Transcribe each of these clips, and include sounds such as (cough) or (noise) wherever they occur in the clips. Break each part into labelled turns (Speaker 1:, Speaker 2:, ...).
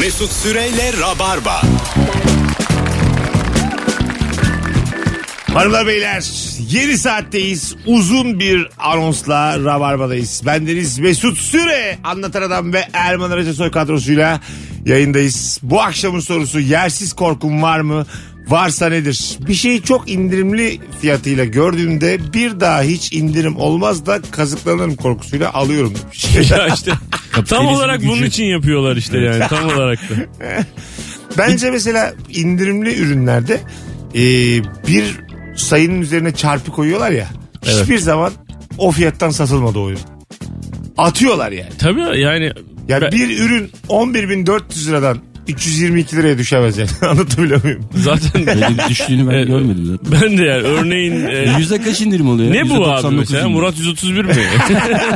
Speaker 1: Mesut Süreyle Rabarba.
Speaker 2: Hanımlar beyler yeni saatteyiz. Uzun bir anonsla Rabarba'dayız. Bendeniz Mesut Süre anlatan adam ve Erman Aracı Soy kadrosuyla yayındayız. Bu akşamın sorusu yersiz korkum var mı? Varsa nedir? Bir şeyi çok indirimli fiyatıyla gördüğümde bir daha hiç indirim olmaz da kazıklanırım korkusuyla alıyorum demiş.
Speaker 3: Ya işte tam olarak bunun için yapıyorlar işte yani tam olarak da.
Speaker 2: Bence mesela indirimli ürünlerde e, bir sayının üzerine çarpı koyuyorlar ya. Hiçbir zaman o fiyattan satılmadı o ürün. Atıyorlar yani.
Speaker 3: Tabii yani
Speaker 2: Ya
Speaker 3: ben-
Speaker 2: bir ürün 11.400 liradan 322 liraya düşemez yani. (laughs) Anlatabiliyor muyum?
Speaker 3: zaten (laughs)
Speaker 4: Öyle bir düştüğünü ben
Speaker 3: Evet.
Speaker 4: görmedim zaten.
Speaker 3: ben de yani örneğin e,
Speaker 4: Yüzde kaç indirim oluyor?
Speaker 3: ne bu abi
Speaker 4: 199
Speaker 3: mesela
Speaker 4: (laughs) indirim.
Speaker 3: Murat 131 mi?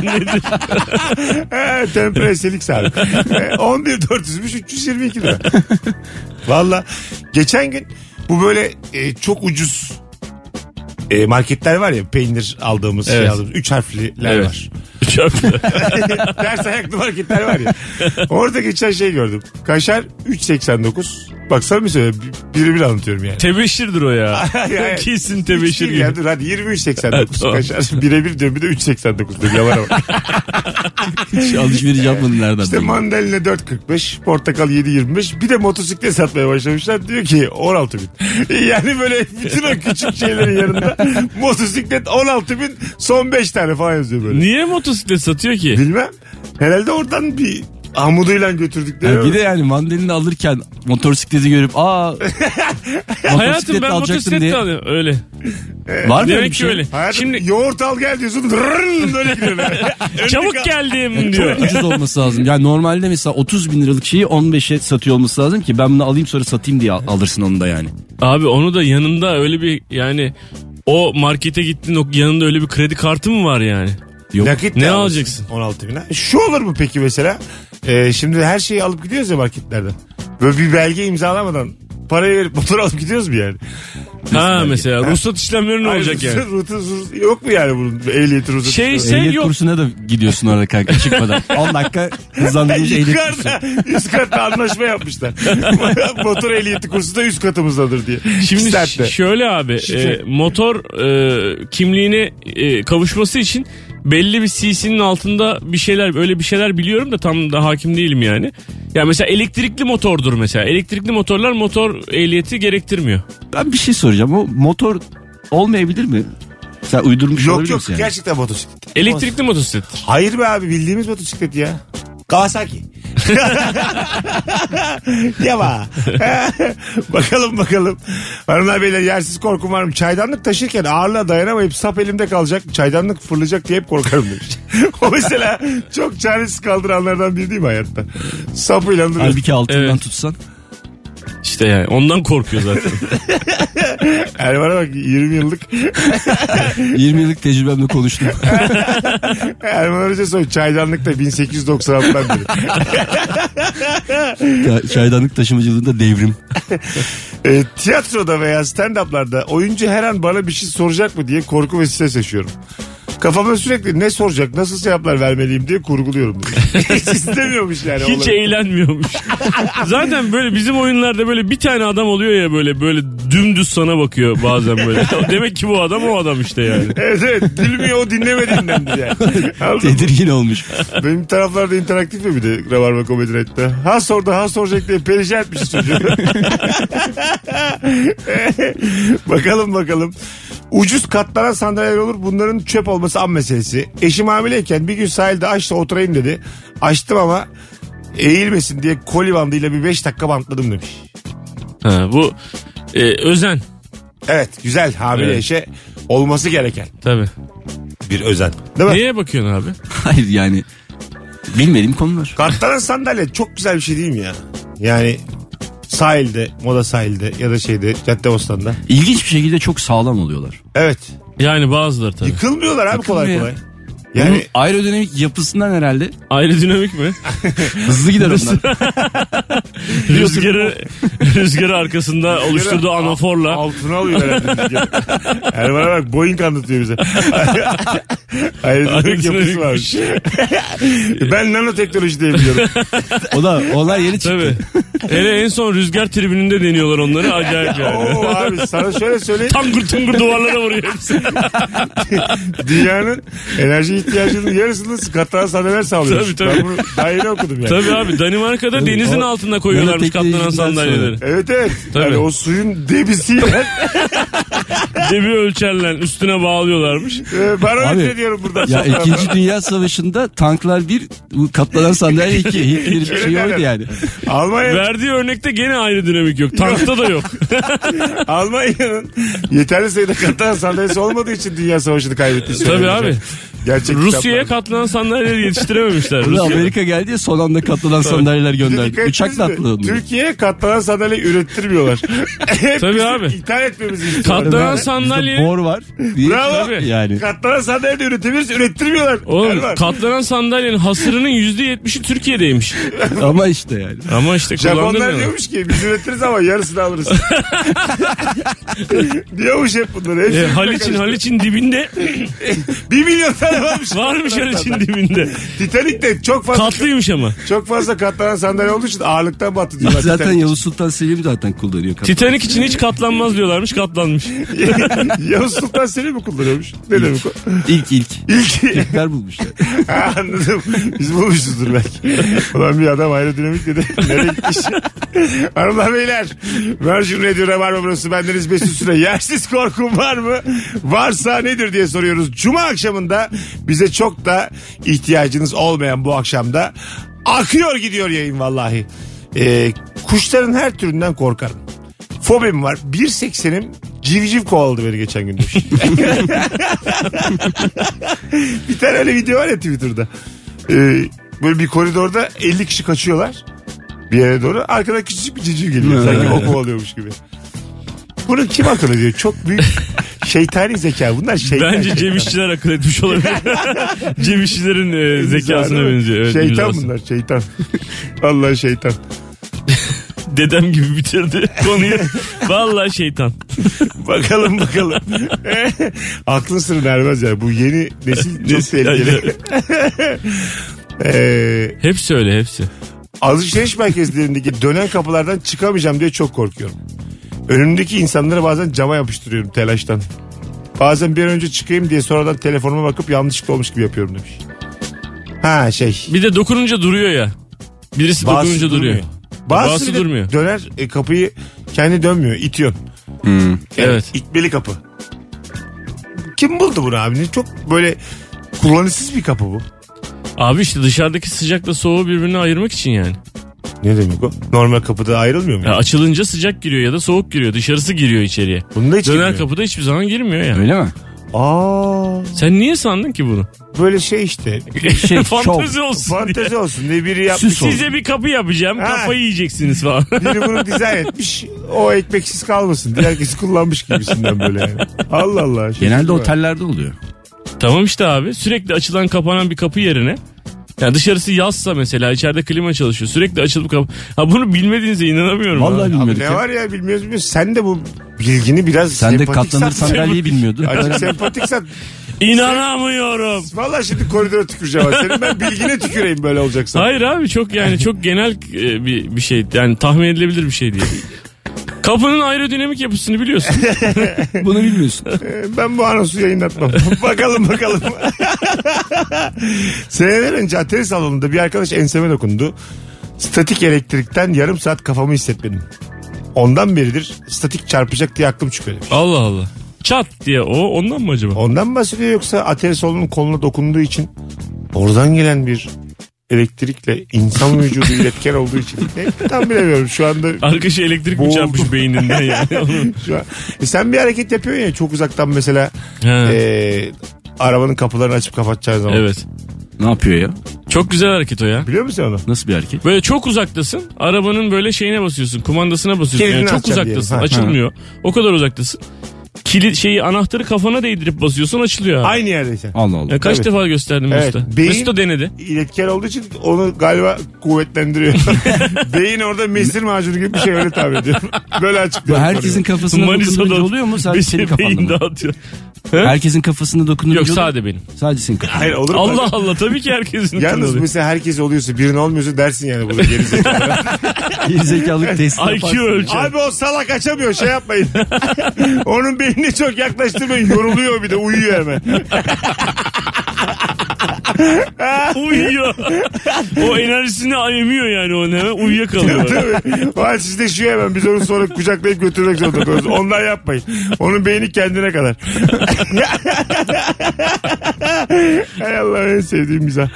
Speaker 3: (laughs) Nedir?
Speaker 2: Ha, Tempereselik sarı. 11.400'müş 322
Speaker 3: (laughs)
Speaker 2: lira. Valla. Geçen gün bu böyle e, çok ucuz e, marketler var ya peynir aldığımız şey
Speaker 3: Evet.
Speaker 2: aldığımız 3 harfliler
Speaker 3: Evet.
Speaker 2: var.
Speaker 3: Çarpı.
Speaker 2: (laughs) Ters ayaklı marketler var ya. Orada geçen şey gördüm. Kaşar 3.89. Bak samimi söyle birebir anlatıyorum yani.
Speaker 3: Tebeşirdir o ya. (laughs) Kesin
Speaker 2: Üç
Speaker 3: tebeşir
Speaker 2: değil
Speaker 3: gibi.
Speaker 2: Ya, dur hadi 23.89
Speaker 3: Evet, tamam.
Speaker 2: kaşar. Birebir diyorum bir de 3.89 diyorum. Yavara bak.
Speaker 4: Hiç alışveriş yapmadın nereden?
Speaker 3: (laughs)
Speaker 2: İşte mandalina 4.45, portakal 7.25. Bir de motosiklet satmaya başlamışlar. Diyor ki 16 bin. (laughs) Yani böyle bütün o küçük şeylerin yanında motosiklet 16 bin son 5 tane falan yazıyor böyle.
Speaker 3: Niye motosiklet satıyor ki?
Speaker 2: Bilmem. Herhalde oradan bir amuduyla götürdükleri.
Speaker 4: Yani bir de yani mandalini alırken motosikleti görüp aa
Speaker 3: (laughs) Hayatım
Speaker 4: motosiklet
Speaker 3: ben
Speaker 4: alacaktım
Speaker 3: motosiklet de
Speaker 4: diye.
Speaker 3: alıyorum. Öyle.
Speaker 4: Var mı öyle
Speaker 3: Demek
Speaker 4: bir
Speaker 3: ki
Speaker 4: şey?
Speaker 3: öyle.
Speaker 2: Hayatım
Speaker 3: Şimdi
Speaker 2: yoğurt al gel diyorsun. Rrrrn böyle gidiyorlar.
Speaker 3: çabuk (laughs) geldim diyor.
Speaker 4: Çok ucuz olması lazım. Yani normalde mesela 30 bin liralık şeyi 15'e satıyor olması lazım ki ben bunu alayım sonra satayım diye al- alırsın onu da yani.
Speaker 3: Abi onu da yanında öyle bir yani o markete gittin o yanında öyle bir kredi kartı mı var yani?
Speaker 4: Yok.
Speaker 2: Nakit
Speaker 3: Ne
Speaker 2: de alırsın
Speaker 3: alacaksın?
Speaker 2: 16 bine. Şu olur mu peki mesela? Ee, şimdi her şeyi alıp gidiyoruz ya marketlerden. Böyle bir belge imzalamadan parayı verip motor alıp gidiyoruz mu yani?
Speaker 3: Ha mesela ruhsat işlemleri ne
Speaker 2: Hayır,
Speaker 3: olacak yani?
Speaker 2: ruhsat- ruhsat- yok mu yani bunun ehliyeti ruhsatı?
Speaker 3: Şey,
Speaker 2: ruhsatı?
Speaker 3: Sen
Speaker 4: Ehliyet
Speaker 3: yok.
Speaker 4: kursuna da gidiyorsun orada
Speaker 3: (laughs)
Speaker 4: kanka çıkmadan. 10 dakika hızlandırılmış ehliyet kursu.
Speaker 2: Yukarıda, üst katta anlaşma yapmışlar. motor ehliyeti kursu da üst katımızdadır diye.
Speaker 3: Şimdi
Speaker 2: İki
Speaker 3: ş-
Speaker 2: saatte.
Speaker 3: şöyle abi e, motor e, kimliğine e, kavuşması için belli bir cc'nin altında bir şeyler öyle bir şeyler biliyorum da tam da hakim değilim yani. Ya mesela elektrikli motordur mesela. Elektrikli motorlar motor ehliyeti gerektirmiyor.
Speaker 4: Ben bir şey soracağım. O motor olmayabilir mi? Sen uydurmuş
Speaker 2: Yok
Speaker 4: olabilir
Speaker 2: yok
Speaker 4: misin yani?
Speaker 2: gerçekten motosiklet.
Speaker 3: Elektrikli motosiklettir.
Speaker 2: Hayır be abi bildiğimiz motosiklet ya. Kawasaki. (laughs) Yava. (laughs) bakalım bakalım. Hanımlar beyler yersiz korkum var mı? Çaydanlık taşırken ağırlığa dayanamayıp sap elimde kalacak. Çaydanlık fırlayacak diye hep korkarım demiş. (laughs) o mesela çok çaresiz kaldıranlardan biri değil mi hayatta? Sapıyla duruyor.
Speaker 4: Halbuki altından
Speaker 3: Evet.
Speaker 4: tutsan.
Speaker 3: İşte yani ondan
Speaker 2: (laughs)
Speaker 3: korkuyor zaten.
Speaker 2: Erman'a bak 20 yıllık
Speaker 4: 20 yıllık tecrübemle konuştum. (laughs)
Speaker 2: Erman Hoca soy çaydanlıkta 1896'dan beri.
Speaker 4: Ya, Çaydanlık taşımacılığında (laughs) devrim.
Speaker 2: E, tiyatroda veya stand-up'larda oyuncu her an bana bir şey soracak mı diye korku ve stres yaşıyorum. Kafama sürekli ne soracak, nasıl cevaplar vermeliyim diye kurguluyorum. (laughs) diyor. Hiç istemiyormuş yani.
Speaker 3: Hiç
Speaker 2: olayı.
Speaker 3: eğlenmiyormuş. (laughs) Zaten böyle bizim oyunlarda böyle bir tane adam oluyor ya böyle böyle dümdüz sana bakıyor bazen
Speaker 2: (laughs)
Speaker 3: böyle. Demek ki bu adam o adam işte yani.
Speaker 2: Evet evet gülmüyor o dinlemediğindendir yani. Anladın mı?
Speaker 4: Tedirgin olmuş.
Speaker 2: Benim taraflarda interaktif mi bir de Rabarba Komedi Night'ta? Ha sordu ha soracak diye perişan etmişiz çocuğu. (laughs) bakalım bakalım. Ucuz katlanan sandalyeler olur. Bunların çöp olması an meselesi. Eşim hamileyken bir gün sahilde açta oturayım dedi. Açtım ama eğilmesin diye koli bandıyla bir 5 dakika bantladım demiş.
Speaker 3: Ha, bu e, özen
Speaker 2: Evet güzel hamile
Speaker 3: Evet.
Speaker 2: eşe olması gereken
Speaker 3: tabii.
Speaker 2: bir özen.
Speaker 3: (laughs)
Speaker 2: Değil mi?
Speaker 3: Neye bakıyorsun abi?
Speaker 4: Hayır yani bilmediğim konular.
Speaker 2: Katlanan sandalye çok güzel bir şey değil mi ya? Yani sahilde, moda sahilde ya da şeyde Caddebostan'da.
Speaker 4: İlginç bir şekilde çok sağlam oluyorlar.
Speaker 2: Evet.
Speaker 3: Yani bazıları tabii. (laughs)
Speaker 2: Yıkılmıyorlar abi kolay
Speaker 4: Yıkılmıyor.
Speaker 2: kolay. Yani
Speaker 4: Bunun aerodinamik yapısından herhalde
Speaker 3: Aerodinamik mi?
Speaker 4: hızlı gider onlar.
Speaker 3: (laughs) Rüzgarı (laughs) rüzgarı arkasında oluşturduğu anaforla.
Speaker 2: altına alıyor herhalde. rüzgarı. (laughs) Erman'a bak Boeing anlatıyor
Speaker 3: (laughs)
Speaker 2: bize. Aerodinamik yapısı varmış. (laughs) ben nanoteknoloji diye
Speaker 3: (laughs)
Speaker 2: biliyorum.
Speaker 4: o da olay yeni çıktı.
Speaker 3: Tabii. Hele en son rüzgar tribününde deniyorlar onları acayip (laughs) yani.
Speaker 2: Oo abi sana şöyle söyleyeyim.
Speaker 3: Tangır tungur duvarlara vuruyor (laughs) hepsi.
Speaker 2: Dünyanın enerji ihtiyacının yarısını katlanan sandalyeler sağlıyor.
Speaker 3: Tabii, tabii.
Speaker 2: Ben bunu daha yeni okudum yani.
Speaker 3: Tabii abi Danimarka'da denizin
Speaker 4: o-
Speaker 3: altında koyuyorlarmış
Speaker 4: Nanoteknolojiden
Speaker 3: katlanan sandalyeleri.
Speaker 2: Evet evet.
Speaker 3: Tabii.
Speaker 2: Yani o suyun
Speaker 3: (laughs)
Speaker 2: debisiyle
Speaker 3: Debi ölçerle üstüne (laughs) bağlıyorlarmış.
Speaker 2: e, barometre
Speaker 4: Abi,
Speaker 2: diyorum buradan.
Speaker 4: (laughs) Ya
Speaker 2: sonra.
Speaker 4: ikinci Dünya Savaşı'nda tanklar bir, bu katlanan sandalye iki. Hitler'in şeyi oydu yani.
Speaker 2: Almanya
Speaker 3: Verdiği örnekte gene ayrı dinamik yok. Tankta da (laughs) yok.
Speaker 2: Almanya'nın yeterli sayıda katlanan sandalyesi olmadığı için Dünya Savaşı'nı kaybetti.
Speaker 3: Tabii abi.
Speaker 2: Gerçek
Speaker 3: Rusya'ya
Speaker 2: kitaplar.
Speaker 3: katlanan sandalyeleri yetiştirememişler.
Speaker 4: Burada
Speaker 3: Rusya-
Speaker 4: Amerika geldi ya son anda katlanan sandalyeler
Speaker 2: Bir de
Speaker 4: gönderdi.
Speaker 2: dikkat ettiniz
Speaker 4: Uçakla
Speaker 2: mi?
Speaker 4: atladı.
Speaker 2: Türkiye'ye katlanan sandalye
Speaker 3: (laughs)
Speaker 2: ürettirmiyorlar. Hep
Speaker 3: Tabii
Speaker 2: bizim
Speaker 3: abi.
Speaker 2: İthal etmemizi istiyorlar.
Speaker 3: Katlanan
Speaker 2: Bravo.
Speaker 3: sandalye...
Speaker 4: Bor var. diye-
Speaker 2: Bravo.
Speaker 3: Tabii.
Speaker 4: (laughs) Yani.
Speaker 2: Katlanan sandalye de üretebiliriz. Ürettirmiyorlar.
Speaker 3: Oğlum
Speaker 2: Erman.
Speaker 3: katlanan sandalyenin hasırının %70'i Türkiye'deymiş.
Speaker 4: Ama işte yani.
Speaker 3: Ama işte
Speaker 2: Japonlar
Speaker 3: kullandırmıyorlar.
Speaker 2: diyormuş ki biz üretiriz ama yarısını
Speaker 3: (laughs)
Speaker 2: alırız. diyormuş hep bunları. Hepsi
Speaker 3: E,
Speaker 2: birbirine
Speaker 3: Haliç'in
Speaker 2: karıştı.
Speaker 3: Haliç'in dibinde
Speaker 2: Bir milyon tane varmış.
Speaker 3: varmış Haliç'in dibinde.
Speaker 2: Titanik'te çok fazla
Speaker 3: Tatlıymış ama.
Speaker 2: çok fazla katlanan sandalye olduğu için ağırlıktan battı diyorlar.
Speaker 4: Zaten
Speaker 2: Titanik.
Speaker 4: Yavuz Sultan Selim zaten kullanıyor. katlanan
Speaker 3: Titanic için hiç katlanmaz diyorlarmış katlanmış.
Speaker 2: (laughs) Yavuz Sultan Selim mi kullanıyormuş? Ne demek o?
Speaker 4: İlk ilk.
Speaker 2: İlk
Speaker 4: Türkler bulmuşlar.
Speaker 2: (laughs) Ha, anladım. Biz bulmuşuzdur belki. Ulan bir adam aerodinamik dedi. Nereye gitmiş? (laughs) Hanımlar beyler. Virgin Radio Rabarba burası. Bendeniz Mesut Süre. Yersiz korkum var mı? Varsa nedir diye soruyoruz. Cuma akşamında bize çok da ihtiyacınız olmayan bu akşamda akıyor gidiyor yayın vallahi. Ee, kuşların her türünden korkarım. Fobim var. 1.80'im civciv kovaladı beni geçen gün
Speaker 3: (laughs)
Speaker 2: demiş. bir tane öyle video var ya Twitter'da. Ee, böyle bir koridorda 50 kişi kaçıyorlar bir yere doğru. Arkadan küçücük bir civciv geliyor. Sanki o kovalıyormuş gibi. Bunu kim akıl ediyor? Çok büyük şeytani zeka. Bunlar şeytan.
Speaker 3: Bence Cem İşçiler akıl etmiş olabilir. (laughs) Cem İşçilerin e, zekasına
Speaker 2: Değil mi?
Speaker 3: benziyor. Evet,
Speaker 2: şeytan
Speaker 3: imzası.
Speaker 2: bunlar şeytan. (laughs) Allah şeytan.
Speaker 3: Dedem gibi bitirdi (laughs) konuyu. Vallahi şeytan.
Speaker 2: Bakalım
Speaker 3: (laughs)
Speaker 2: bakalım. Aklın sırrı ermez yani. Bu yeni nesil çok tehlikeli. Ee,
Speaker 3: Hepsi öyle hepsi.
Speaker 2: alışveriş merkezlerindeki dönen kapılardan çıkamayacağım diye çok korkuyorum. Önümdeki insanları bazen cama yapıştırıyorum telaştan. Bazen bir an önce çıkayım diye sonradan telefonuma bakıp yanlışlıkla olmuş gibi yapıyorum demiş. Ha şey.
Speaker 3: Bir de dokununca duruyor ya. Birisi dokununca duruyor.
Speaker 2: Bazısı,
Speaker 3: Bazısı
Speaker 2: bir de
Speaker 3: durmuyor.
Speaker 2: Döner e, kapıyı kendi dönmüyor. itiyor. Yani
Speaker 3: Evet.
Speaker 2: İtmeli kapı. Kim buldu bunu abi? Ne Çok böyle kullanışsız bir kapı bu.
Speaker 3: Abi işte dışarıdaki sıcakla soğuğu birbirine ayırmak için yani.
Speaker 2: Ne demek o? Normal kapıda ayrılmıyor mu?
Speaker 3: Ya açılınca sıcak giriyor ya da soğuk giriyor. Dışarısı giriyor içeriye.
Speaker 2: Bunda hiç
Speaker 3: Döner
Speaker 2: Döner kapı.
Speaker 3: kapıda hiçbir zaman girmiyor ya.
Speaker 4: Öyle mi?
Speaker 2: Aa,
Speaker 3: Sen niye sandın ki bunu?
Speaker 2: böyle şey işte.
Speaker 3: (laughs)
Speaker 4: Şey,
Speaker 3: Fantezi olsun diye.
Speaker 2: Fantezi olsun diye biri yapmış.
Speaker 4: Süs
Speaker 3: Size bir kapı yapacağım.
Speaker 2: Ha.
Speaker 3: Kafayı yiyeceksiniz falan. (laughs)
Speaker 2: Biri bunu dizayn etmiş. O ekmeksiz kalmasın. Diğer herkesi kullanmış gibisinden böyle yani. Allah Allah. Şey
Speaker 4: Genelde
Speaker 2: var.
Speaker 4: otellerde oluyor.
Speaker 3: tamam işte abi. Sürekli açılan kapanan bir kapı yerine. Ya dışarısı yazsa mesela içeride klima çalışıyor. Sürekli açılıp kap. Ha bunu bilmediğinize inanamıyorum.
Speaker 4: Vallahi
Speaker 3: abi.
Speaker 4: bilmiyorduk.
Speaker 2: Ne
Speaker 4: ya.
Speaker 2: var ya bilmiyoruz bilmiyoruz. Sen de bu bilgini biraz
Speaker 4: Sen de
Speaker 2: sempatik
Speaker 4: katlanır
Speaker 2: sat.
Speaker 4: sandalyeyi bilmiyordun.
Speaker 2: Azıcık sempatik sat.
Speaker 3: İnanamıyorum.
Speaker 2: Valla şimdi koridora tüküreceğim. ha. Senin ben bilgine tüküreyim böyle olacaksa.
Speaker 3: Hayır abi çok yani çok genel e, bir, bir şey. Yani tahmin edilebilir bir şey değil. Kapının aerodinamik yapısını biliyorsun.
Speaker 4: (laughs) Bunu bilmiyorsun.
Speaker 2: Ee, Ben bu anonsu yayınlatmam. (laughs) bakalım bakalım. (laughs) Seneler önce atari salonunda bir arkadaş enseme dokundu. Statik elektrikten yarım saat kafamı hissetmedim. Ondan beridir statik çarpacak diye aklım çıkıyor demiş.
Speaker 3: Allah Allah. Çat diye o ondan mı acaba?
Speaker 2: Ondan mı bahsediyor yoksa atari salonunun koluna dokunduğu için oradan gelen bir elektrikle insan vücudu iletken olduğu için Ne? tam bilemiyorum şu anda
Speaker 3: Arkadaşı elektrik mi
Speaker 2: Boğuldu.
Speaker 3: çarpmış beyninden
Speaker 4: (laughs)
Speaker 3: yani? Onun-
Speaker 2: şu an. E sen bir hareket yapıyorsun ya çok uzaktan mesela
Speaker 3: Ha,
Speaker 4: Ee,
Speaker 2: e, arabanın kapılarını açıp kapatacağın zaman
Speaker 3: evet.
Speaker 4: Ne yapıyor ya?
Speaker 3: Çok güzel hareket o ya.
Speaker 2: biliyor musun onu?
Speaker 4: Nasıl bir erkek?
Speaker 3: Böyle çok uzaktasın. Arabanın böyle şeyine basıyorsun. Kumandasına basıyorsun.
Speaker 2: Kilidini
Speaker 3: Yani çok
Speaker 2: açacağım
Speaker 3: uzaktasın.
Speaker 2: diyelim. Ha,
Speaker 3: Açılmıyor. O kadar uzaktasın. kilit şeyi anahtarı kafana değdirip basıyorsun açılıyor. abi.
Speaker 2: Aynı yerdeyken.
Speaker 4: Allah Allah.
Speaker 3: Ya kaç
Speaker 2: Tabii.
Speaker 3: defa gösterdim
Speaker 2: Evet,
Speaker 3: Mesut'a.
Speaker 2: beyin-
Speaker 3: Mesut da denedi.
Speaker 2: İletken olduğu için onu galiba
Speaker 4: (laughs)
Speaker 2: kuvvetlendiriyor. Beyin orada mesir macunu gibi bir şey öyle tabir ediyorum. Böyle
Speaker 4: Bu
Speaker 2: açıklıyorum.
Speaker 4: herkesin kafasına
Speaker 3: Manisa'da
Speaker 4: dokunduğunca oluyor mu? Sadece
Speaker 3: bir
Speaker 4: senin
Speaker 3: şey
Speaker 4: kafanda
Speaker 3: beyin
Speaker 4: mı?
Speaker 3: dağıtıyor.
Speaker 4: Herkesin kafasına dokunduğunca
Speaker 3: Yok
Speaker 4: oluyor mu?
Speaker 3: sade benim.
Speaker 4: Sadece senin kafanda.
Speaker 2: Hayır olur mu?
Speaker 4: (laughs)
Speaker 3: Allah Allah tabii ki herkesin.
Speaker 2: Yalnız
Speaker 3: oluyor.
Speaker 2: mesela herkes oluyorsa birinin olmuyorsa dersin yani bunu geri
Speaker 4: (laughs)
Speaker 2: zekalı.
Speaker 4: Gerizekalılık testi yaparsın.
Speaker 3: IQ ölçer.
Speaker 4: (laughs)
Speaker 2: Abi o salak açamıyor şey yapmayın. (laughs) Onun beynini çok yaklaştırmayın yoruluyor bir de uyuyor hemen.
Speaker 4: (laughs)
Speaker 3: Uyuyor. o enerjisini ayamıyor yani o ne?
Speaker 4: (laughs)
Speaker 3: Uyuyakalıyor.
Speaker 2: Tabii. O an sizde şu hemen biz onu sonra kucaklayıp götürmek zorunda kalıyoruz. Ondan yapmayın. Onun beyni kendine kadar. (laughs) Hay Allah en sevdiğim mizah.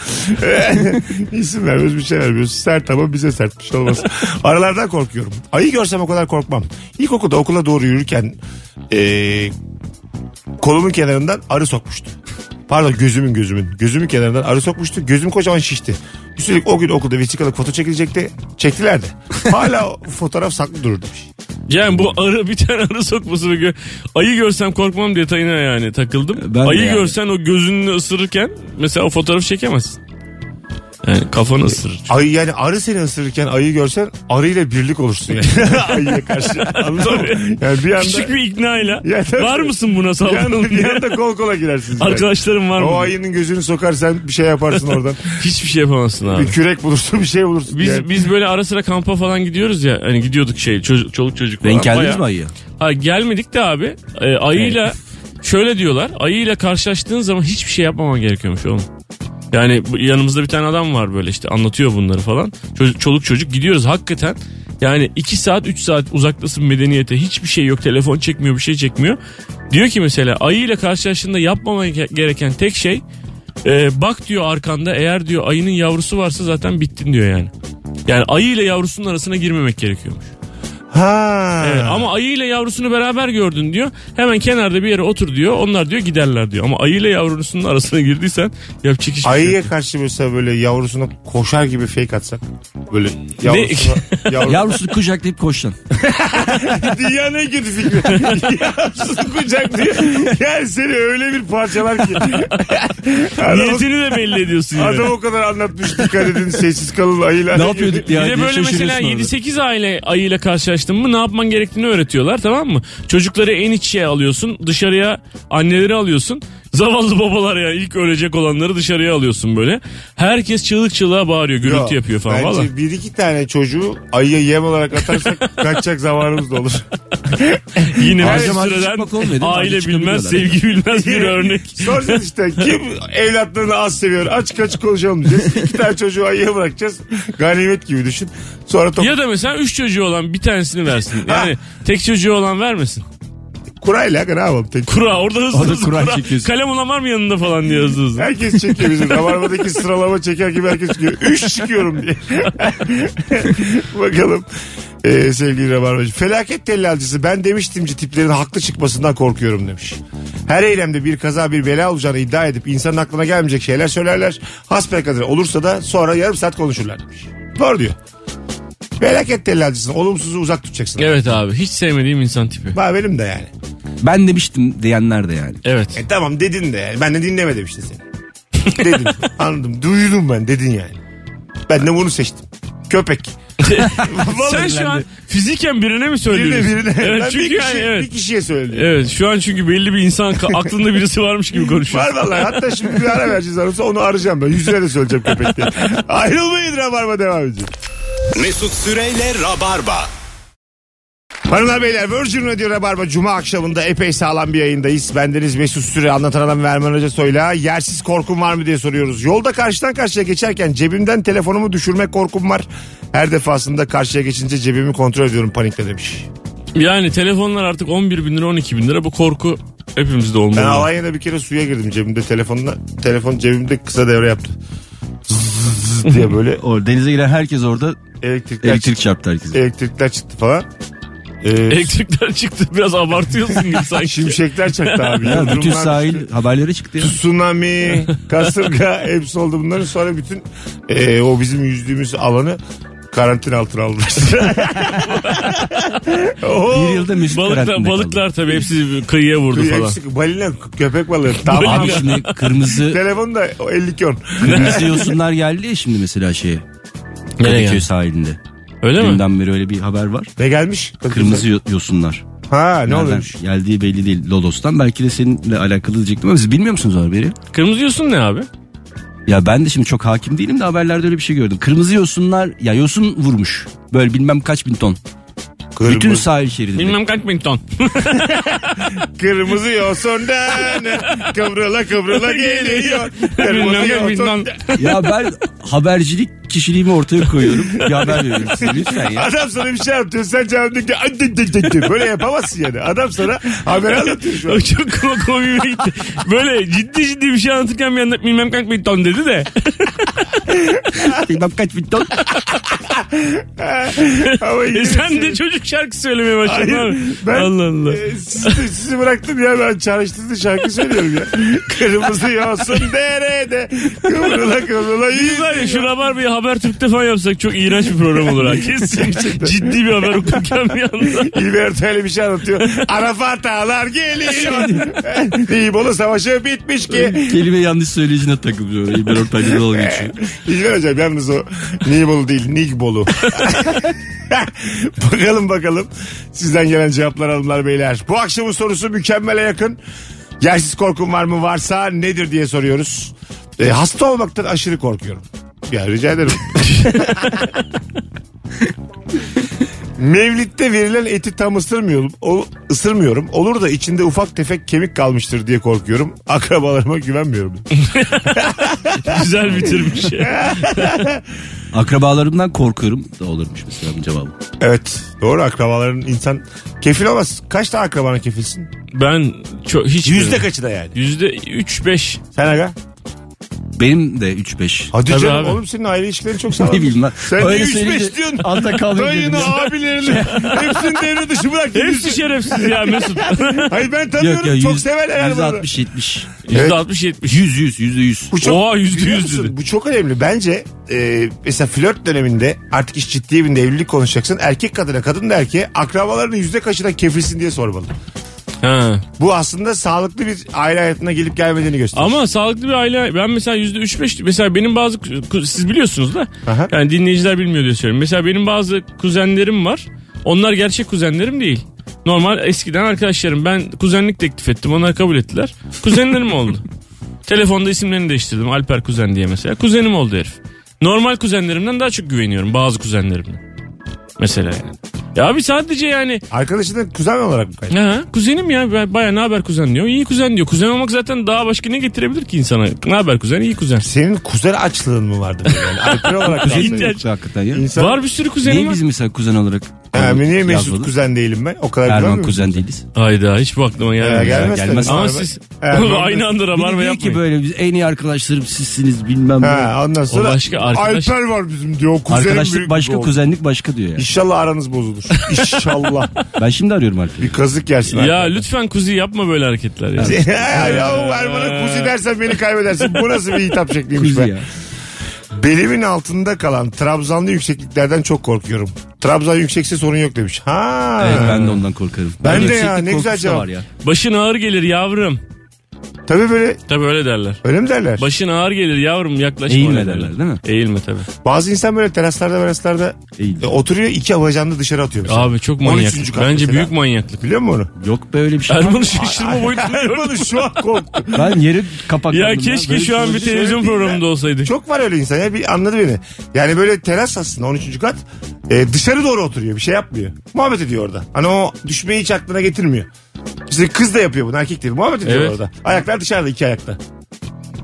Speaker 2: (laughs) İsim vermiyoruz bir şey vermiyoruz. Sert ama bize sert bir şey olmaz. Aralardan korkuyorum. Ayı görsem o kadar korkmam. İlkokulda okula doğru yürürken eee kolumun kenarından arı sokmuştu. Pardon gözümün gözümün. Gözümün kenarından arı sokmuştu. Gözüm kocaman şişti. Üstelik o gün okulda vesikalık foto çekilecekti. Çektiler de. Hala o fotoğraf saklı dururdu.
Speaker 3: yani bu arı bir tane arı sokmasını gö- ayı görsem korkmam detayına yani takıldım.
Speaker 4: Ben de
Speaker 3: ayı
Speaker 4: yani.
Speaker 3: görsen o gözünü ısırırken mesela o fotoğrafı çekemezsin. Yani kafanı ısırır.
Speaker 2: Ayı yani arı seni ısırırken ayı görsen arıyla birlik olursun
Speaker 3: (laughs)
Speaker 2: yani. Ayıya karşı. Anladın mı?
Speaker 3: Tabii.
Speaker 2: Yani bir anda,
Speaker 3: Küçük bir iknayla.
Speaker 2: Ya tabii.
Speaker 3: var mısın buna
Speaker 2: bir anda,
Speaker 3: saldırın
Speaker 2: bir
Speaker 3: diye.
Speaker 2: anda kol kola girersiniz. belki.
Speaker 3: Arkadaşlarım var
Speaker 2: O
Speaker 3: mı?
Speaker 2: ayının gözünü sokarsan bir şey yaparsın oradan.
Speaker 3: Hiçbir şey yapamazsın abi.
Speaker 2: bir kürek bulursun bir şey bulursun.
Speaker 3: Biz
Speaker 2: yani.
Speaker 3: biz böyle ara sıra kampa falan gidiyoruz ya. Hani gidiyorduk şey çocuk, çoluk çocuk falan.
Speaker 4: Denk geldiniz
Speaker 3: Bayağı-
Speaker 4: mi ayıya?
Speaker 3: Ha gelmedik de abi. E, ayıyla şöyle diyorlar. Ayıyla karşılaştığın zaman hiçbir şey yapmaman gerekiyormuş oğlum. Yani bu- yanımızda bir tane adam var böyle işte anlatıyor bunları falan. Çocuk, çoluk çocuk gidiyoruz hakikaten. Yani 2 saat 3 saat uzaktasın medeniyete. Hiçbir şey yok. Telefon çekmiyor bir şey çekmiyor. Diyor ki mesela ayıyla karşılaştığında yapmaman ge- gereken tek şey e, bak diyor arkanda eğer diyor ayının yavrusu varsa zaten bittin diyor yani. Yani ayı ile yavrusunun arasına girmemek gerekiyormuş.
Speaker 2: Ha.
Speaker 3: Evet, Ee, ama ayı ile yavrusunu beraber gördün diyor. Hemen kenarda bir yere otur diyor. Onlar diyor giderler diyor. Ama ayı ile yavrusunun arasına girdiysen yapacak hiçbir şey. yok.
Speaker 2: Ayıya karşı mesela böyle yavrusuna koşar gibi fake atsak. Böyle yavrusuna.
Speaker 3: (laughs)
Speaker 2: Yavru...
Speaker 4: Yavrusunu kucaklayıp koştun.
Speaker 2: (laughs) Dünyanın en kötü fikri. (laughs) Yavrusunu kucaklıyor. Yani seni öyle bir parçalar
Speaker 3: (laughs)
Speaker 2: ki. adam,
Speaker 3: Niyetini de belli ediyorsun yani.
Speaker 2: adam o kadar anlatmış dikkat edin sessiz kalın ayılar.
Speaker 4: ne yapıyorduk
Speaker 3: bir
Speaker 4: ya?
Speaker 3: de
Speaker 4: diye
Speaker 3: böyle mesela
Speaker 4: şaşırıyorsun
Speaker 3: 7-8
Speaker 4: orada.
Speaker 3: aile ayıyla karşılaştın mı ne yapman gerektiğini öğretiyorlar tamam mı? Çocukları en içe alıyorsun dışarıya anneleri alıyorsun. Zavallı babalar ya ilk ölecek olanları dışarıya alıyorsun böyle. Herkes çığlık çığlığa bağırıyor gürültü
Speaker 2: Yok,
Speaker 3: yapıyor falan.
Speaker 2: Bence
Speaker 3: Valla.
Speaker 2: bir iki tane çocuğu ayıya yem olarak
Speaker 3: (laughs)
Speaker 2: atarsak kaçacak zamanımız da olur.
Speaker 3: Yine bir
Speaker 4: Ağaca mağaca
Speaker 3: süreden
Speaker 4: çıkmak olmuyor değil mi? Ağaca
Speaker 3: aile bilmez
Speaker 4: çıkabiliyorlar.
Speaker 3: sevgi
Speaker 2: (laughs)
Speaker 3: bilmez bir örnek.
Speaker 2: Soracağız işte kim evlatlarını az seviyor açık açık konuşalım diyeceğiz. İki tane çocuğu ayıya bırakacağız. Ganimet gibi düşün. Sonra top
Speaker 3: Ya da mesela 3 çocuğu olan bir tanesini versin. Yani tek çocuğu olan vermesin.
Speaker 2: kurayla ne yapalım tek.
Speaker 3: Kura orada hızlı
Speaker 4: Orada
Speaker 3: hızlı
Speaker 4: kura
Speaker 3: kura.
Speaker 4: çekiyorsun.
Speaker 3: Kalem olan var mı yanında falan diye hızlı hızlı.
Speaker 2: Herkes çekiyor bizim. Rabarba'daki sıralama çeker gibi herkes çıkıyor. Üç çıkıyorum diye. (laughs) Bakalım. Ee, sevgili Rabarbacı. Felaket tellalcısı ben demiştimci tiplerin haklı çıkmasından korkuyorum demiş. Her eylemde bir kaza bir bela olacağını iddia edip insanın aklına gelmeyecek şeyler söylerler. Hasbelkader olursa da sonra yarım saat konuşurlar demiş. Doğru diyor. Felaket tellalcısın. Olumsuzu uzak tutacaksın.
Speaker 3: Evet abi hiç sevmediğim insan tipi.
Speaker 2: Ba benim de yani.
Speaker 4: Ben demiştim diyenler de yani.
Speaker 3: Evet. (laughs)
Speaker 2: E tamam dedin de yani. Ben de dinleme demiştin seni.
Speaker 3: (laughs)
Speaker 2: dedin. Anladım. Duydum ben dedin yani. Ben de bunu seçtim. Köpek. Vallahi
Speaker 3: Sen şu an fiziken birine mi
Speaker 2: birine
Speaker 3: söylüyorsun?
Speaker 2: birine.
Speaker 3: Evet
Speaker 2: ben
Speaker 3: çünkü
Speaker 2: bir,
Speaker 3: yani
Speaker 2: kişi,
Speaker 3: evet.
Speaker 2: bir kişiye söyledim.
Speaker 3: Evet şu an çünkü belli bir insan ka- aklında birisi varmış (laughs) gibi konuşuyor.
Speaker 2: Var vallahi. Hatta şimdi bir ara vereceğiz aramızda onu arayacağım ben. Yüzüne de söyleyeceğim köpek
Speaker 3: (laughs)
Speaker 2: diye. Ayrılmayın Rabarba devam edecek.
Speaker 1: Mesut Süreyle Rabarba.
Speaker 2: Hanımlar beyler Virgin Radio Rabarba Cuma akşamında epey sağlam bir yayındayız. Bendeniz Mesut Süre anlatan adam ve Erman Hoca Soyla. Yersiz korkum var mı diye soruyoruz. Yolda karşıdan karşıya geçerken cebimden telefonumu düşürme korkum var. Her defasında karşıya geçince cebimi kontrol ediyorum panikle demiş.
Speaker 3: Yani telefonlar artık 11 bin lira 12 bin lira bu korku hepimizde olmalı.
Speaker 2: Ben Alanya'da bir kere suya girdim cebimde telefonla. Telefon cebimde kısa devre yaptı. Zzz diye böyle
Speaker 4: Or, denize giren herkes orada
Speaker 2: elektrikler,
Speaker 4: elektrik
Speaker 2: çıktı,
Speaker 4: çarptı herkese.
Speaker 2: elektrikler çıktı falan. Ee,
Speaker 3: Elektrikler çıktı biraz abartıyorsun gibi sanki.
Speaker 2: şimşekler çaktı abi.
Speaker 4: Ya bütün
Speaker 2: Yıldırımlar
Speaker 4: sahil
Speaker 2: düştü.
Speaker 4: haberlere çıktı
Speaker 3: (laughs)
Speaker 4: ya.
Speaker 2: tsunami, kasırga hepsi oldu bunların. Sonra bütün e, o bizim yüzdüğümüz alanı Karantina altına
Speaker 3: (laughs)
Speaker 2: aldılar. Oo.
Speaker 4: Bir yılda Mesut
Speaker 3: Balıklar,
Speaker 4: karantinada
Speaker 3: balıklar tabii hepsi kıyıya vurdu
Speaker 2: Bir
Speaker 3: falan.
Speaker 2: eksik- Balina köpek
Speaker 3: (laughs)
Speaker 2: balığı.
Speaker 4: kaldı.
Speaker 2: Tamam.
Speaker 4: Abi şimdi kırmızı
Speaker 2: Telefon da 52 10.
Speaker 4: kırmızı yosunlar geldi ya şimdi mesela şeye.
Speaker 3: Nereye?
Speaker 4: Kadıköy sahilinde.
Speaker 3: Öyle mi?
Speaker 4: Dünden beri öyle bir haber var.
Speaker 2: Ne gelmiş?
Speaker 4: Kırmızı yo- yosunlar.
Speaker 2: Ha ne
Speaker 4: Nereden
Speaker 2: oluyormuş?
Speaker 4: Geldiği belli değil Lodos'tan. Belki de seninle alakalı diyecektim ama siz bilmiyor musunuz o haberi?
Speaker 3: Kırmızı yosun ne abi?
Speaker 4: Ya ben de şimdi çok hakim değilim de haberlerde öyle bir şey gördüm. Kırmızı yosunlar ya yosun vurmuş. Böyle bilmem kaç bin ton.
Speaker 2: Kırmızı,
Speaker 4: Bütün sahil şeridinde.
Speaker 3: Bilmem kaç bin (laughs) ton.
Speaker 2: kırmızı yosundan kıvrıla
Speaker 3: (laughs)
Speaker 2: kıvrıla geliyor.
Speaker 3: Bilmem kaç bin
Speaker 2: Kırmızı
Speaker 3: ton.
Speaker 2: yosun.
Speaker 4: Ya ben habercilik kişiliğimi ortaya koyuyorum. Bir haber veriyorum size
Speaker 2: (laughs)
Speaker 4: lütfen ya.
Speaker 2: Adam sana bir şey anlatıyor. Sen cevap diyor ki "Ay, dik, dik, dik, dik." böyle yapamazsın yani. Adam sana haber anlatıyor şu an.
Speaker 3: Çok komik komik gitti. Böyle ciddi ciddi bir şey anlatırken bir anda bilmem kaç bin ton dedi (laughs) de.
Speaker 4: Bilmem kaç bin ton.
Speaker 2: Ama
Speaker 3: E
Speaker 2: yine
Speaker 3: sen de
Speaker 2: seni-
Speaker 3: çocuk şarkı söylemeye başladın
Speaker 2: Hayır,
Speaker 3: abi.
Speaker 2: ben-
Speaker 3: Allah Allah.
Speaker 2: Ee, Sizi, sizi bıraktım ya ben çarşıda şarkı söylüyorum ya. Kırmızı yosun derede kıvrıla kıvrıla
Speaker 3: Var ya
Speaker 2: yüzüyor.
Speaker 3: şu Rabarbayı Habertürk'te falan yapsak çok iğrenç bir program olur (laughs) ha. Kesin ciddi bir haber okurken bir anda.
Speaker 2: İlberto öyle bir şey anlatıyor. Arafat dağlar geliyor. İbolu savaşı bitmiş ki.
Speaker 4: Kelime yanlış söyleyicine takılıyor. İlber Ortaylı dalga geçiyor.
Speaker 2: İlber hocam yalnız o Nibolu değil Nigbolu. bakalım bakalım sizden gelen cevaplar hanımlar beyler. Bu akşamın sorusu mükemmele yakın. Yersiz korkum var mı varsa nedir diye soruyoruz. E, hasta olmaktan aşırı korkuyorum. Ya rica ederim. (laughs) Mevlid'de verilen eti tam ısırmıyorum. O, ısırmıyorum. Olur da içinde ufak tefek kemik kalmıştır diye korkuyorum. Akrabalarıma güvenmiyorum.
Speaker 3: Güzel bitirmiş.
Speaker 4: Akrabalarımdan korkuyorum da olurmuş mesela bu cevabı.
Speaker 2: Evet doğru akrabaların insan kefil olmaz. Kaç tane akrabana kefilsin?
Speaker 3: Ben çok hiç
Speaker 2: Yüzde kaçı da yani.
Speaker 3: Yüzde 3-5.
Speaker 2: Sen aga?
Speaker 4: Benim de 3-5.
Speaker 2: Hadi
Speaker 3: Tabii
Speaker 2: canım
Speaker 3: abi.
Speaker 2: oğlum senin aile ilişkilerin çok sağlam.
Speaker 4: (laughs) Ne bileyim lan.
Speaker 2: Sen Öyle 3 5
Speaker 4: söyleyince
Speaker 2: diyorsun.
Speaker 4: Altta kalmıyor.
Speaker 2: Dayını
Speaker 4: birbirimize.
Speaker 2: abilerini
Speaker 4: (laughs)
Speaker 2: hepsini devre dışı bırak.
Speaker 3: Hepsi şerefsiz ya (laughs) Mesut.
Speaker 2: Hayır ben
Speaker 4: Yok
Speaker 2: tanıyorum
Speaker 4: ya,
Speaker 2: çok
Speaker 4: yüz-
Speaker 2: severler herhalde. bunu.
Speaker 4: 160 70.
Speaker 2: Evet.
Speaker 3: Yüzde 60-70.
Speaker 4: 100 100 yüzde 100.
Speaker 2: Bu çok,
Speaker 3: Oha, yüzde
Speaker 2: biliyor
Speaker 3: yüz
Speaker 2: musun?
Speaker 3: dedi.
Speaker 2: Bu çok önemli. Bence e, mesela flört döneminde artık iş ciddi bir evlilik konuşacaksın. Erkek kadına kadın da erkeğe akrabalarının yüzde kaçına kefilsin diye sormalı.
Speaker 3: Ha.
Speaker 2: Bu aslında sağlıklı bir aile hayatına gelip gelmediğini gösteriyor.
Speaker 3: Ama sağlıklı bir aile ben mesela yüzde üç beş mesela benim bazı ku- siz biliyorsunuz da
Speaker 2: Aha.
Speaker 3: yani dinleyiciler bilmiyor diye söylüyorum. Mesela benim bazı kuzenlerim var. Onlar gerçek kuzenlerim değil. Normal eskiden arkadaşlarım ben kuzenlik teklif ettim onlar kabul ettiler. (laughs) Kuzenlerim oldu. Telefonda isimlerini değiştirdim Alper kuzen diye mesela. Kuzenim oldu herif. Normal kuzenlerimden daha çok güveniyorum bazı kuzenlerimden. Mesela yani. Ya abi sadece yani
Speaker 2: Arkadaşının kuzen olarak mı kaydettin?
Speaker 3: Ha, kuzenim ya Ben- baya ne haber kuzen diyor. İyi kuzen diyor. Kuzen olmak zaten daha başka ne getirebilir ki insana? Ne haber kuzen? iyi kuzen.
Speaker 2: Senin kuzen açlığın mı vardı? böyle Yani Alper olarak
Speaker 4: Kuzenim
Speaker 2: kaldı.
Speaker 4: de yoktu hakikaten ya.
Speaker 2: İnsan,
Speaker 3: Var bir sürü kuzenim
Speaker 4: Neyi
Speaker 3: var.
Speaker 4: biz mesela kuzen olarak?
Speaker 2: Ha, niye Mesut
Speaker 4: yazmadık?
Speaker 2: kuzen değilim ben? O kadar
Speaker 4: Erman
Speaker 2: güvenmiyor
Speaker 4: kuzen
Speaker 2: musun?
Speaker 4: değiliz.
Speaker 3: Hayda hiç bu aklıma gelmedi.
Speaker 2: Ya, gelmez.
Speaker 4: Ya,
Speaker 2: tabii.
Speaker 4: gelmez.
Speaker 3: Ama
Speaker 2: Erman-
Speaker 3: siz (laughs)
Speaker 2: Erman-
Speaker 3: aynı anda
Speaker 4: Biri
Speaker 3: rabarba
Speaker 4: diyor ki
Speaker 3: yapmayın.
Speaker 4: böyle biz en iyi arkadaşlarım sizsiniz bilmem ne.
Speaker 2: Ha, ondan sonra
Speaker 3: başka arkadaş-
Speaker 2: Alper var bizim diyor. O kuzenim
Speaker 4: Arkadaşlık
Speaker 2: büyük
Speaker 4: başka
Speaker 2: diyor.
Speaker 4: kuzenlik başka diyor ya.
Speaker 2: İnşallah aranız
Speaker 4: (laughs)
Speaker 2: bozulur. İnşallah.
Speaker 4: Ben şimdi arıyorum Alper'i.
Speaker 2: bir kazık yersin.
Speaker 3: Ya
Speaker 2: Alper'den.
Speaker 3: lütfen kuzi yapma böyle hareketler ya.
Speaker 2: (laughs) ya ya Erman'a kuzi dersen beni kaybedersin. Bu nasıl bir hitap şekliymiş
Speaker 4: Kuzi
Speaker 2: be.
Speaker 4: ya.
Speaker 2: Belimin altında kalan Trabzanlı yüksekliklerden çok korkuyorum. Trabzan yüksekse sorun yok demiş. Ha.
Speaker 4: Evet ben de ondan korkarım.
Speaker 2: Ben
Speaker 4: Bende
Speaker 2: de ya,
Speaker 4: yükseklik
Speaker 2: ne güzel
Speaker 4: korkusu da
Speaker 2: cevap.
Speaker 4: var ya.
Speaker 3: Başın ağır gelir yavrum.
Speaker 2: Tabii böyle
Speaker 3: Tabii öyle derler.
Speaker 2: öyle mi derler?
Speaker 3: Başın ağır gelir yavrum yaklaşma.
Speaker 4: Eğilme
Speaker 3: öyle
Speaker 4: derler, değil mi?
Speaker 3: Eğilme tabii.
Speaker 2: Bazı insan böyle teraslarda teraslarda
Speaker 4: Eğil.
Speaker 2: e, oturuyor iki bacağını dışarı atıyor. mesela.
Speaker 3: Abi çok
Speaker 2: 13.
Speaker 3: manyak.
Speaker 2: kat
Speaker 3: Bence
Speaker 2: mesela.
Speaker 3: büyük manyaklık.
Speaker 2: Biliyor musun onu?
Speaker 4: Yok be öyle bir şey.
Speaker 3: Erman'ı
Speaker 2: (laughs)
Speaker 3: şaşırma boyutuna
Speaker 2: Erman'ın şu an korktu.
Speaker 4: Ben yeri kapaklandım.
Speaker 3: (laughs) Ya keşke
Speaker 4: şey
Speaker 3: şu an bir
Speaker 2: Şöyle
Speaker 3: televizyon
Speaker 2: değil ya.
Speaker 3: programında olsaydı.
Speaker 2: Çok var öyle insan ya bir anladı beni. Yani böyle teras aslında 13. kat e, dışarı doğru oturuyor bir şey yapmıyor. Muhabbet ediyor orada. Hani o düşmeyi hiç aklına getirmiyor. İşte kız da yapıyor bunu erkek de yapıyor. Muhabbet ediyor
Speaker 3: Evet.
Speaker 2: orada. Ayaklar dışarıda iki ayakta.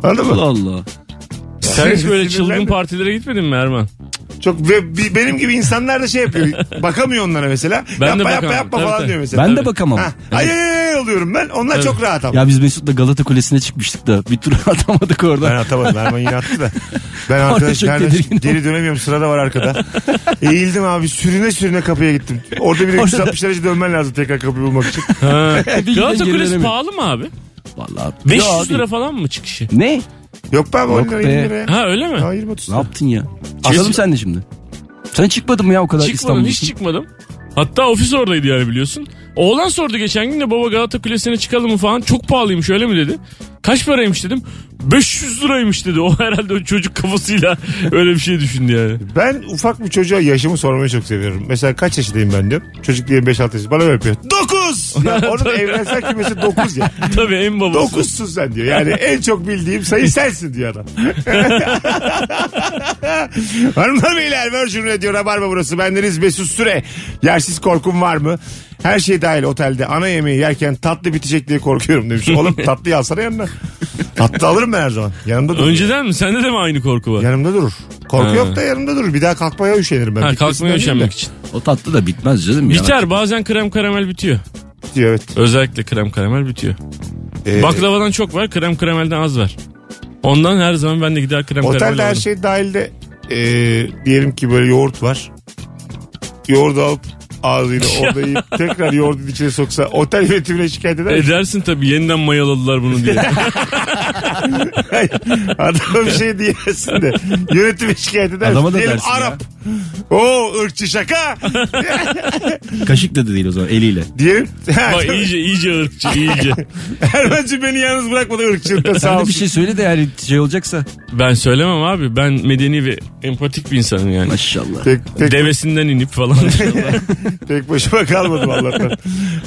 Speaker 2: Anladın
Speaker 4: Allah
Speaker 2: mı?
Speaker 4: Allah.
Speaker 3: Sen hiç böyle çılgın
Speaker 2: Sinirlenme.
Speaker 3: partilere gitmedin mi Erman?
Speaker 2: Çok ve bi- benim gibi insanlar da şey yapıyor.
Speaker 3: (laughs)
Speaker 2: bakamıyor onlara mesela.
Speaker 3: Ben de
Speaker 2: yapma yapma
Speaker 3: bakamam.
Speaker 2: yapma
Speaker 3: Tabii,
Speaker 2: falan
Speaker 3: tabii.
Speaker 2: diyor mesela.
Speaker 4: Ben de
Speaker 3: Tabii.
Speaker 4: bakamam.
Speaker 2: Ha, ay, ay, ay oluyorum ben. Onlar çok rahat ama.
Speaker 4: Ya biz Mesut'la Galata Kulesi'ne çıkmıştık da bir tur (laughs) atamadık
Speaker 2: Ben
Speaker 4: (laughs) orada.
Speaker 2: atamadım. Erman yine attı da. Ben arkadaş
Speaker 4: çok
Speaker 2: nereden
Speaker 4: tedirgin
Speaker 2: geri dönemiyorum. Sıra da var arkada. Eğildim abi. Sürüne sürüne kapıya gittim. Orada bir de 360 derece dönmen lazım tekrar kapıyı bulmak için.
Speaker 3: Ha.
Speaker 4: (laughs) Bir
Speaker 3: Galata
Speaker 4: geri
Speaker 3: Kulesi
Speaker 4: dönemedim.
Speaker 3: pahalı mı abi?
Speaker 4: Vallahi.
Speaker 3: 500
Speaker 4: Ya
Speaker 3: lira
Speaker 4: abi.
Speaker 3: falan mı çıkışı?
Speaker 4: Ne?
Speaker 2: Yok be abi 10
Speaker 4: Yok
Speaker 2: lira
Speaker 4: be.
Speaker 2: 20 lira.
Speaker 3: Ha öyle mi?
Speaker 2: Ha 20 30
Speaker 4: Ne
Speaker 2: lira.
Speaker 4: yaptın ya? Asalım sen de şimdi. Sen çıkmadın mı ya o kadar
Speaker 3: Çıkmadım
Speaker 4: İstanbul'da?
Speaker 3: hiç çıkmadım. Hatta ofis oradaydı yani biliyorsun. Oğlan sordu geçen gün de baba Galata Kulesi'ne çıkalım mı falan. Çok pahalıymış öyle mi dedi. Kaç paraymış dedim. 500 liraymış dedi. O herhalde o çocuk kafasıyla (laughs) öyle bir şey düşündü yani.
Speaker 2: Ben ufak bir çocuğa yaşımı sormayı çok seviyorum. Mesela kaç yaşındayım ben diyorum. Çocuk diye 5-6 yaşında bana öyle yapıyor. 9!
Speaker 4: (laughs)
Speaker 2: Ya onun evrensel kümesi 9 ya.
Speaker 3: Tabii en babası.
Speaker 2: 9'sun sen diyor.
Speaker 3: (laughs)
Speaker 2: Yani en çok bildiğim sayı sensin diyor adam. Hanımlar beyler Virgin Radio Rabarba burası. Bendeniz Mesut Süre. Yersiz korkum var mı? Her şey dahil otelde ana yemeği yerken tatlı bitecek diye korkuyorum demiş. Oğlum tatlıyı alsana yanına. Tatlı alırım ben her zaman. Yanımda durur.
Speaker 3: Önceden mi? Sende de mi aynı korku var?
Speaker 2: Yanımda durur. Korku
Speaker 3: Ha.
Speaker 2: yok da yanımda durur. Bir daha kalkmaya üşenirim ben.
Speaker 3: ha,
Speaker 2: Bitmesinden
Speaker 3: kalkmaya
Speaker 2: değil de.
Speaker 3: üşenmek için.
Speaker 4: O tatlı da bitmez canım ya.
Speaker 3: Biter bazen krem karamel bitiyor.
Speaker 2: Diyor, evet.
Speaker 3: Özellikle krem karamel bitiyor.
Speaker 2: Ee,
Speaker 3: Baklavadan çok var krem karamelden az var. Ondan her zaman ben de gider krem karamel
Speaker 2: Otelde her
Speaker 3: alırım.
Speaker 2: şey dahil de e, diyelim ki böyle yoğurt var. Yoğurdu alıp
Speaker 4: (laughs)
Speaker 2: ağzıyla orada yiyip tekrar yoğurdun içine soksa otel yönetimine şikayet
Speaker 4: (laughs)
Speaker 2: eder. misin?
Speaker 3: Edersin E, tabii yeniden mayaladılar bunu
Speaker 2: (laughs)
Speaker 3: diye.
Speaker 2: Hayır. Adama bir şey diyersin de yönetime şikayet eder. misin?
Speaker 4: Adama da
Speaker 2: diyelim
Speaker 4: dersin ya.
Speaker 2: Arap. Oo ırkçı şaka.
Speaker 4: Kaşıkla da değil o zaman eliyle.
Speaker 2: diyelim.
Speaker 3: Bak iyice iyice ırkçı iyice.
Speaker 2: Ermenci beni yalnız bırakmadı ırkçılıkta sağ
Speaker 4: Sen de
Speaker 2: olsun.
Speaker 4: bir şey söyle de yani şey olacaksa.
Speaker 3: Ben söylemem abi. Ben medeni ve empatik bir insanım yani.
Speaker 4: Maşallah.
Speaker 2: Tek, tek,
Speaker 3: Devesinden
Speaker 2: (laughs)
Speaker 3: inip falan.
Speaker 2: tek başıma kalmadım Allah'tan.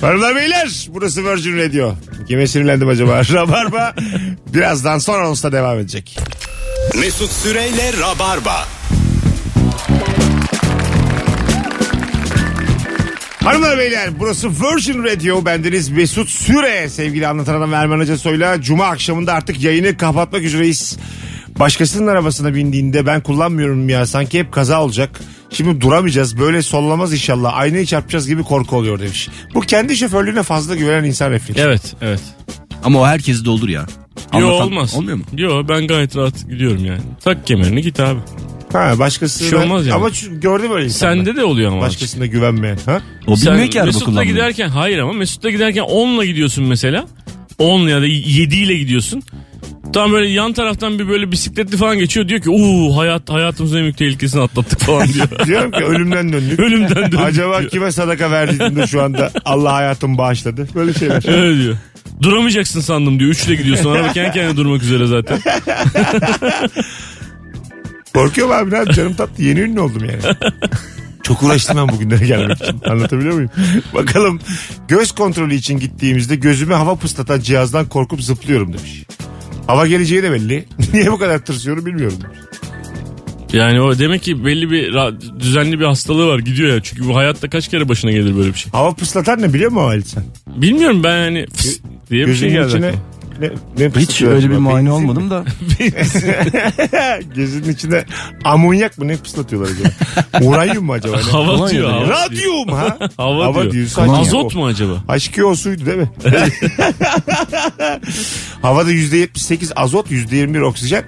Speaker 2: Hanımlar beyler burası Virgin Radio. Kime sinirlendim acaba? (laughs) Rabarba birazdan son anonsla devam edecek.
Speaker 1: Mesut Süreyle Rabarba.
Speaker 2: Hanımlar beyler burası Virgin Radio bendeniz Mesut Süre sevgili anlatan adam Erman Hoca Soy'la Cuma akşamında artık yayını kapatmak üzereyiz. Başkasının arabasına bindiğinde ben kullanmıyorum ya sanki hep kaza olacak. Şimdi duramayacağız böyle sollamaz inşallah aynayı çarpacağız gibi korku oluyor demiş. Bu kendi şoförlüğüne fazla güvenen insan refleksi.
Speaker 3: evet evet.
Speaker 4: Ama o herkes de olur ya.
Speaker 3: Yo
Speaker 4: Anlatan-
Speaker 3: olmaz.
Speaker 4: Olmuyor mu?
Speaker 3: Yo ben gayet rahat gidiyorum yani. Tak kemerini git abi.
Speaker 2: Ha, başkası
Speaker 3: Bir şey olmaz yani.
Speaker 2: Ama şu- gördüm öyle insanlar.
Speaker 3: Sende de oluyor ama.
Speaker 2: Başkasına güvenmeyen. Ha?
Speaker 4: O
Speaker 3: Sen
Speaker 4: bilmiyor ki araba
Speaker 3: Mesut'la
Speaker 4: kullanmayı.
Speaker 3: giderken hayır ama Mesut'la giderken 10'la gidiyorsun mesela. 10 ya da 7 ile gidiyorsun. Tam böyle yan taraftan bir böyle bisikletli falan geçiyor diyor ki uuu hayat hayatımızın en büyük tehlikesini atlattık falan diyor. (laughs)
Speaker 2: Diyorum ki ölümden döndük.
Speaker 3: Ölümden döndük
Speaker 2: Acaba
Speaker 3: diyor.
Speaker 2: kime sadaka verdiydim de şu anda Allah hayatımı bağışladı. Böyle şeyler.
Speaker 3: Öyle diyor. Duramayacaksın sandım diyor. Üçle gidiyorsun. Araba kendi kendine durmak üzere zaten.
Speaker 2: Korkuyorum abi ne yapayım? canım tatlı yeni ünlü oldum yani. (laughs) Çok uğraştım ben bugünlere gelmek için. Anlatabiliyor muyum? Bakalım göz kontrolü için gittiğimizde gözüme hava pıslatan cihazdan korkup zıplıyorum demiş. Hava geleceği de belli. (laughs) Niye bu kadar tırsıyorum bilmiyorum demiş.
Speaker 3: Yani o demek ki belli bir ra- düzenli bir hastalığı var gidiyor ya. Çünkü bu hayatta kaç kere başına gelir böyle bir şey.
Speaker 2: Hava pıslatan ne biliyor musun Ali sen?
Speaker 3: Bilmiyorum ben hani fıs diye bir şey
Speaker 2: Gözünün
Speaker 3: geldi.
Speaker 2: içine
Speaker 3: aklıma.
Speaker 2: ne, ne
Speaker 4: Hiç
Speaker 2: pıslatıyor
Speaker 4: öyle bir
Speaker 2: acaba?
Speaker 4: muayene
Speaker 2: Benzin mi?
Speaker 4: olmadım da.
Speaker 2: (laughs) Gözünün içine amonyak mı ne pıslatıyorlar acaba? Uranyum mu acaba? Ne?
Speaker 3: Hava diyor.
Speaker 4: yani.
Speaker 3: Hava,
Speaker 2: Radyum ha? (laughs)
Speaker 3: hava, diyor.
Speaker 2: Saçma.
Speaker 3: Azot mu acaba?
Speaker 2: Aşkı o suydu
Speaker 3: (laughs)
Speaker 2: değil mi? Havada %78 azot, %21 oksijen.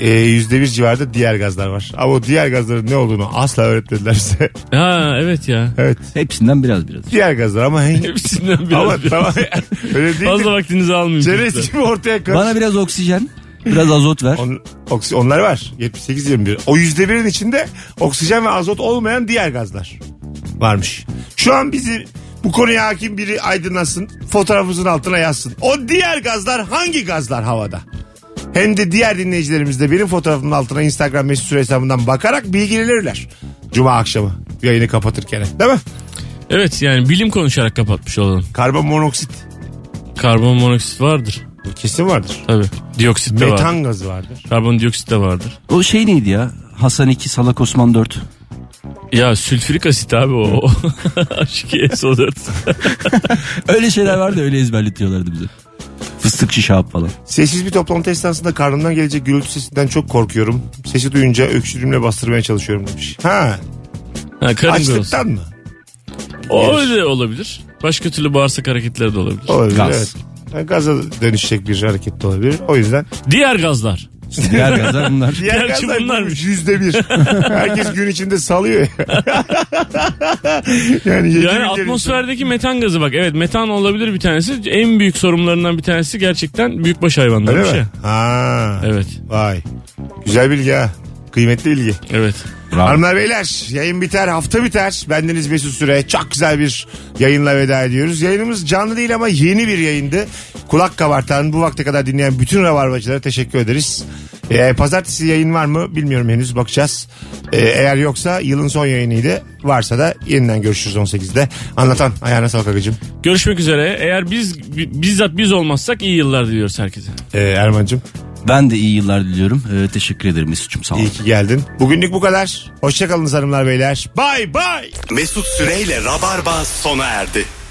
Speaker 2: Ee, %1 civarda diğer gazlar var. Ama o diğer gazların ne olduğunu asla öğretmediler bize.
Speaker 3: Ha evet ya.
Speaker 2: (laughs) evet.
Speaker 4: Hepsinden biraz biraz.
Speaker 2: Diğer gazlar ama...
Speaker 3: (laughs) Hepsinden biraz.
Speaker 2: ama
Speaker 3: biraz.
Speaker 2: tamam.
Speaker 3: (laughs)
Speaker 2: Öyle değil.
Speaker 3: Fazla
Speaker 2: Fazla
Speaker 3: vaktinizi almayayım. (laughs) çocuklar.
Speaker 2: gibi ortaya karış.
Speaker 4: Bana biraz oksijen, biraz azot ver.
Speaker 2: On- oksi- onlar var. 78-21. O %1'in içinde oksijen ve azot olmayan diğer gazlar varmış. Şu an bizi bu konuya hakim biri aydınlatsın. Fotoğrafımızın altına yazsın. O diğer gazlar hangi gazlar havada? Hem de diğer dinleyicilerimiz de benim fotoğrafımın altına Instagram mesut süre hesabından bakarak bilgilenirler. Cuma akşamı yayını kapatırken. Değil mi?
Speaker 3: Evet yani bilim konuşarak kapatmış olalım.
Speaker 2: Karbon monoksit.
Speaker 3: Karbon monoksit vardır.
Speaker 2: Kesin vardır.
Speaker 3: Tabii. Dioksit de vardır.
Speaker 2: Metan gazı vardır.
Speaker 3: Karbon dioksit de vardır.
Speaker 4: O şey neydi ya? Hasan 2, Salak Osman 4.
Speaker 3: Ya sülfürik asit abi o. (laughs) H2SO4.
Speaker 4: Öyle şeyler vardı öyle ezberletiyorlardı bize. Fıstıkçı Şahap falan.
Speaker 2: Sessiz bir toplantı esnasında karnımdan gelecek gürültü sesinden çok korkuyorum. Sesi duyunca öksürüğümle bastırmaya çalışıyorum demiş. Ha,
Speaker 3: Ha, karın gurultusu.
Speaker 2: açlıktan mı?
Speaker 3: O öyle olabilir. Başka türlü bağırsak hareketleri de olabilir.
Speaker 2: Olabilir
Speaker 4: Gaz.
Speaker 2: evet. Yani Gaza dönüşecek bir hareket de olabilir. O yüzden.
Speaker 3: Diğer gazlar.
Speaker 4: Diğer gazlar bunlar.
Speaker 2: Diğer
Speaker 3: Gerçi
Speaker 2: gazlar
Speaker 3: bunlarmış.
Speaker 2: Yüzde bir.
Speaker 3: (laughs)
Speaker 2: Herkes gün içinde salıyor ya. (laughs) yani, yedi
Speaker 3: Yani
Speaker 2: milyar insan.
Speaker 3: atmosferdeki metan gazı bak. Evet metan olabilir bir tanesi. En büyük sorunlarından bir tanesi gerçekten büyükbaş hayvanları
Speaker 2: Öyle
Speaker 3: bir şey.
Speaker 2: mi? Ha.
Speaker 3: Evet.
Speaker 2: Vay. Güzel bilgi ha. Kıymetli bilgi.
Speaker 3: Evet.
Speaker 2: Hanımlar beyler yayın biter hafta biter. Bendeniz Mesut Süre çok güzel bir yayınla veda ediyoruz. Yayınımız canlı değil ama yeni bir yayındı. Kulak kabartan bu vakte kadar dinleyen bütün rabarbacılara teşekkür ederiz. Ee, pazartesi yayın var mı bilmiyorum henüz bakacağız. Ee, eğer yoksa yılın son yayınıydı. Varsa da yeniden görüşürüz 18'de. Anlatan ayağına sağlık Akıcığım.
Speaker 3: Görüşmek üzere. Eğer biz bi- bizzat biz olmazsak iyi yıllar diliyoruz herkese.
Speaker 2: Ee, Erman'cığım
Speaker 4: Ben de iyi yıllar diliyorum. Ee, teşekkür ederim Mesut'cum sağ ol.
Speaker 2: iyi ki geldin. Bugünlük bu kadar. Hoşçakalın hanımlar beyler. Bay bay.
Speaker 1: Mesut Süreyle Rabarba sona erdi.